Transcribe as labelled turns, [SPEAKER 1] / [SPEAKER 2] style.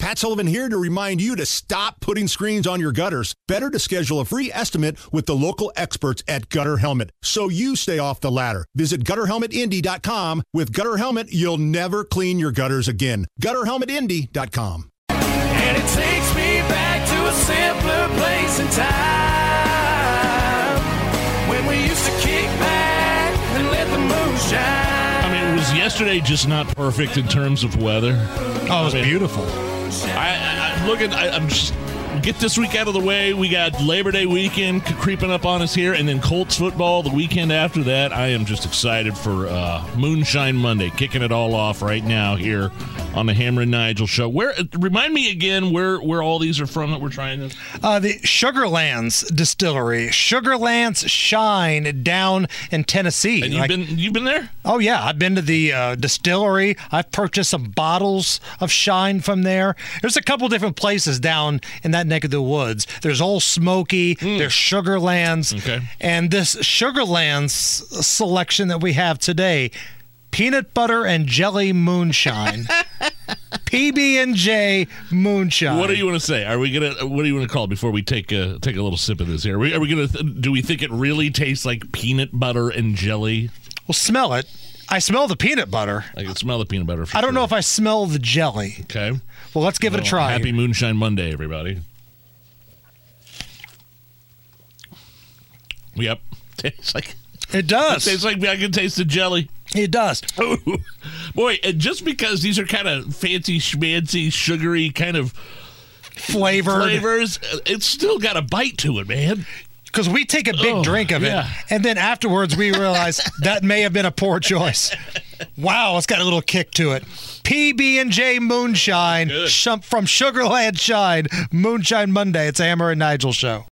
[SPEAKER 1] Matt Sullivan here to remind you to stop putting screens on your gutters. Better to schedule a free estimate with the local experts at Gutter Helmet so you stay off the ladder. Visit gutterhelmetindy.com. With Gutter Helmet, you'll never clean your gutters again. Gutterhelmetindy.com.
[SPEAKER 2] And it takes me back to a simpler place in time when we used to kick back and let the moon shine.
[SPEAKER 3] I mean, was yesterday just not perfect in terms of weather?
[SPEAKER 4] Oh, it was beautiful.
[SPEAKER 3] I, I, I'm looking. I, I'm just get this week out of the way. We got Labor Day weekend c- creeping up on us here, and then Colts football the weekend after that. I am just excited for uh, Moonshine Monday, kicking it all off right now here on the Hammer and Nigel show. Where remind me again where where all these are from that we're trying this.
[SPEAKER 4] Uh, the Sugarlands Distillery, Sugarlands Shine down in Tennessee.
[SPEAKER 3] And you've
[SPEAKER 4] Like-
[SPEAKER 3] been you've been there.
[SPEAKER 4] Oh yeah, I've been to the uh, distillery. I've purchased some bottles of Shine from there. There's a couple different places down in that neck of the woods. There's Old Smoky. There's Sugarlands.
[SPEAKER 3] Hmm. Okay.
[SPEAKER 4] And this Sugarlands selection that we have today, peanut butter and jelly moonshine, PB and J moonshine.
[SPEAKER 3] What do you want to say? Are we gonna? What do you want to call it before we take a take a little sip of this here? Are we, are we gonna? Th- do we think it really tastes like peanut butter and jelly?
[SPEAKER 4] Well, smell it. I smell the peanut butter.
[SPEAKER 3] I can smell the peanut butter. For
[SPEAKER 4] I don't know
[SPEAKER 3] sure.
[SPEAKER 4] if I smell the jelly.
[SPEAKER 3] Okay.
[SPEAKER 4] Well, let's give it a
[SPEAKER 3] Well,
[SPEAKER 4] try.
[SPEAKER 3] Oh, Happy Moonshine Monday, everybody. Yep. Tastes like
[SPEAKER 4] It does.
[SPEAKER 3] tastes like I can taste the jelly.
[SPEAKER 4] It does.
[SPEAKER 3] Boy, and just because these are kind of fancy schmancy, sugary kind of
[SPEAKER 4] Flavored.
[SPEAKER 3] flavors, uh, it's still got a bite to it, man.
[SPEAKER 4] because we take a big
[SPEAKER 3] Oh,
[SPEAKER 4] drink of it,
[SPEAKER 3] yeah.
[SPEAKER 4] and then afterwards we realize that may have been a poor choice. Wow, it's got a little kick to it. PB and J Moonshine
[SPEAKER 3] Good.
[SPEAKER 4] shum- from Sugarland Shine Moonshine Monday. It's a Hammer and Nigel show.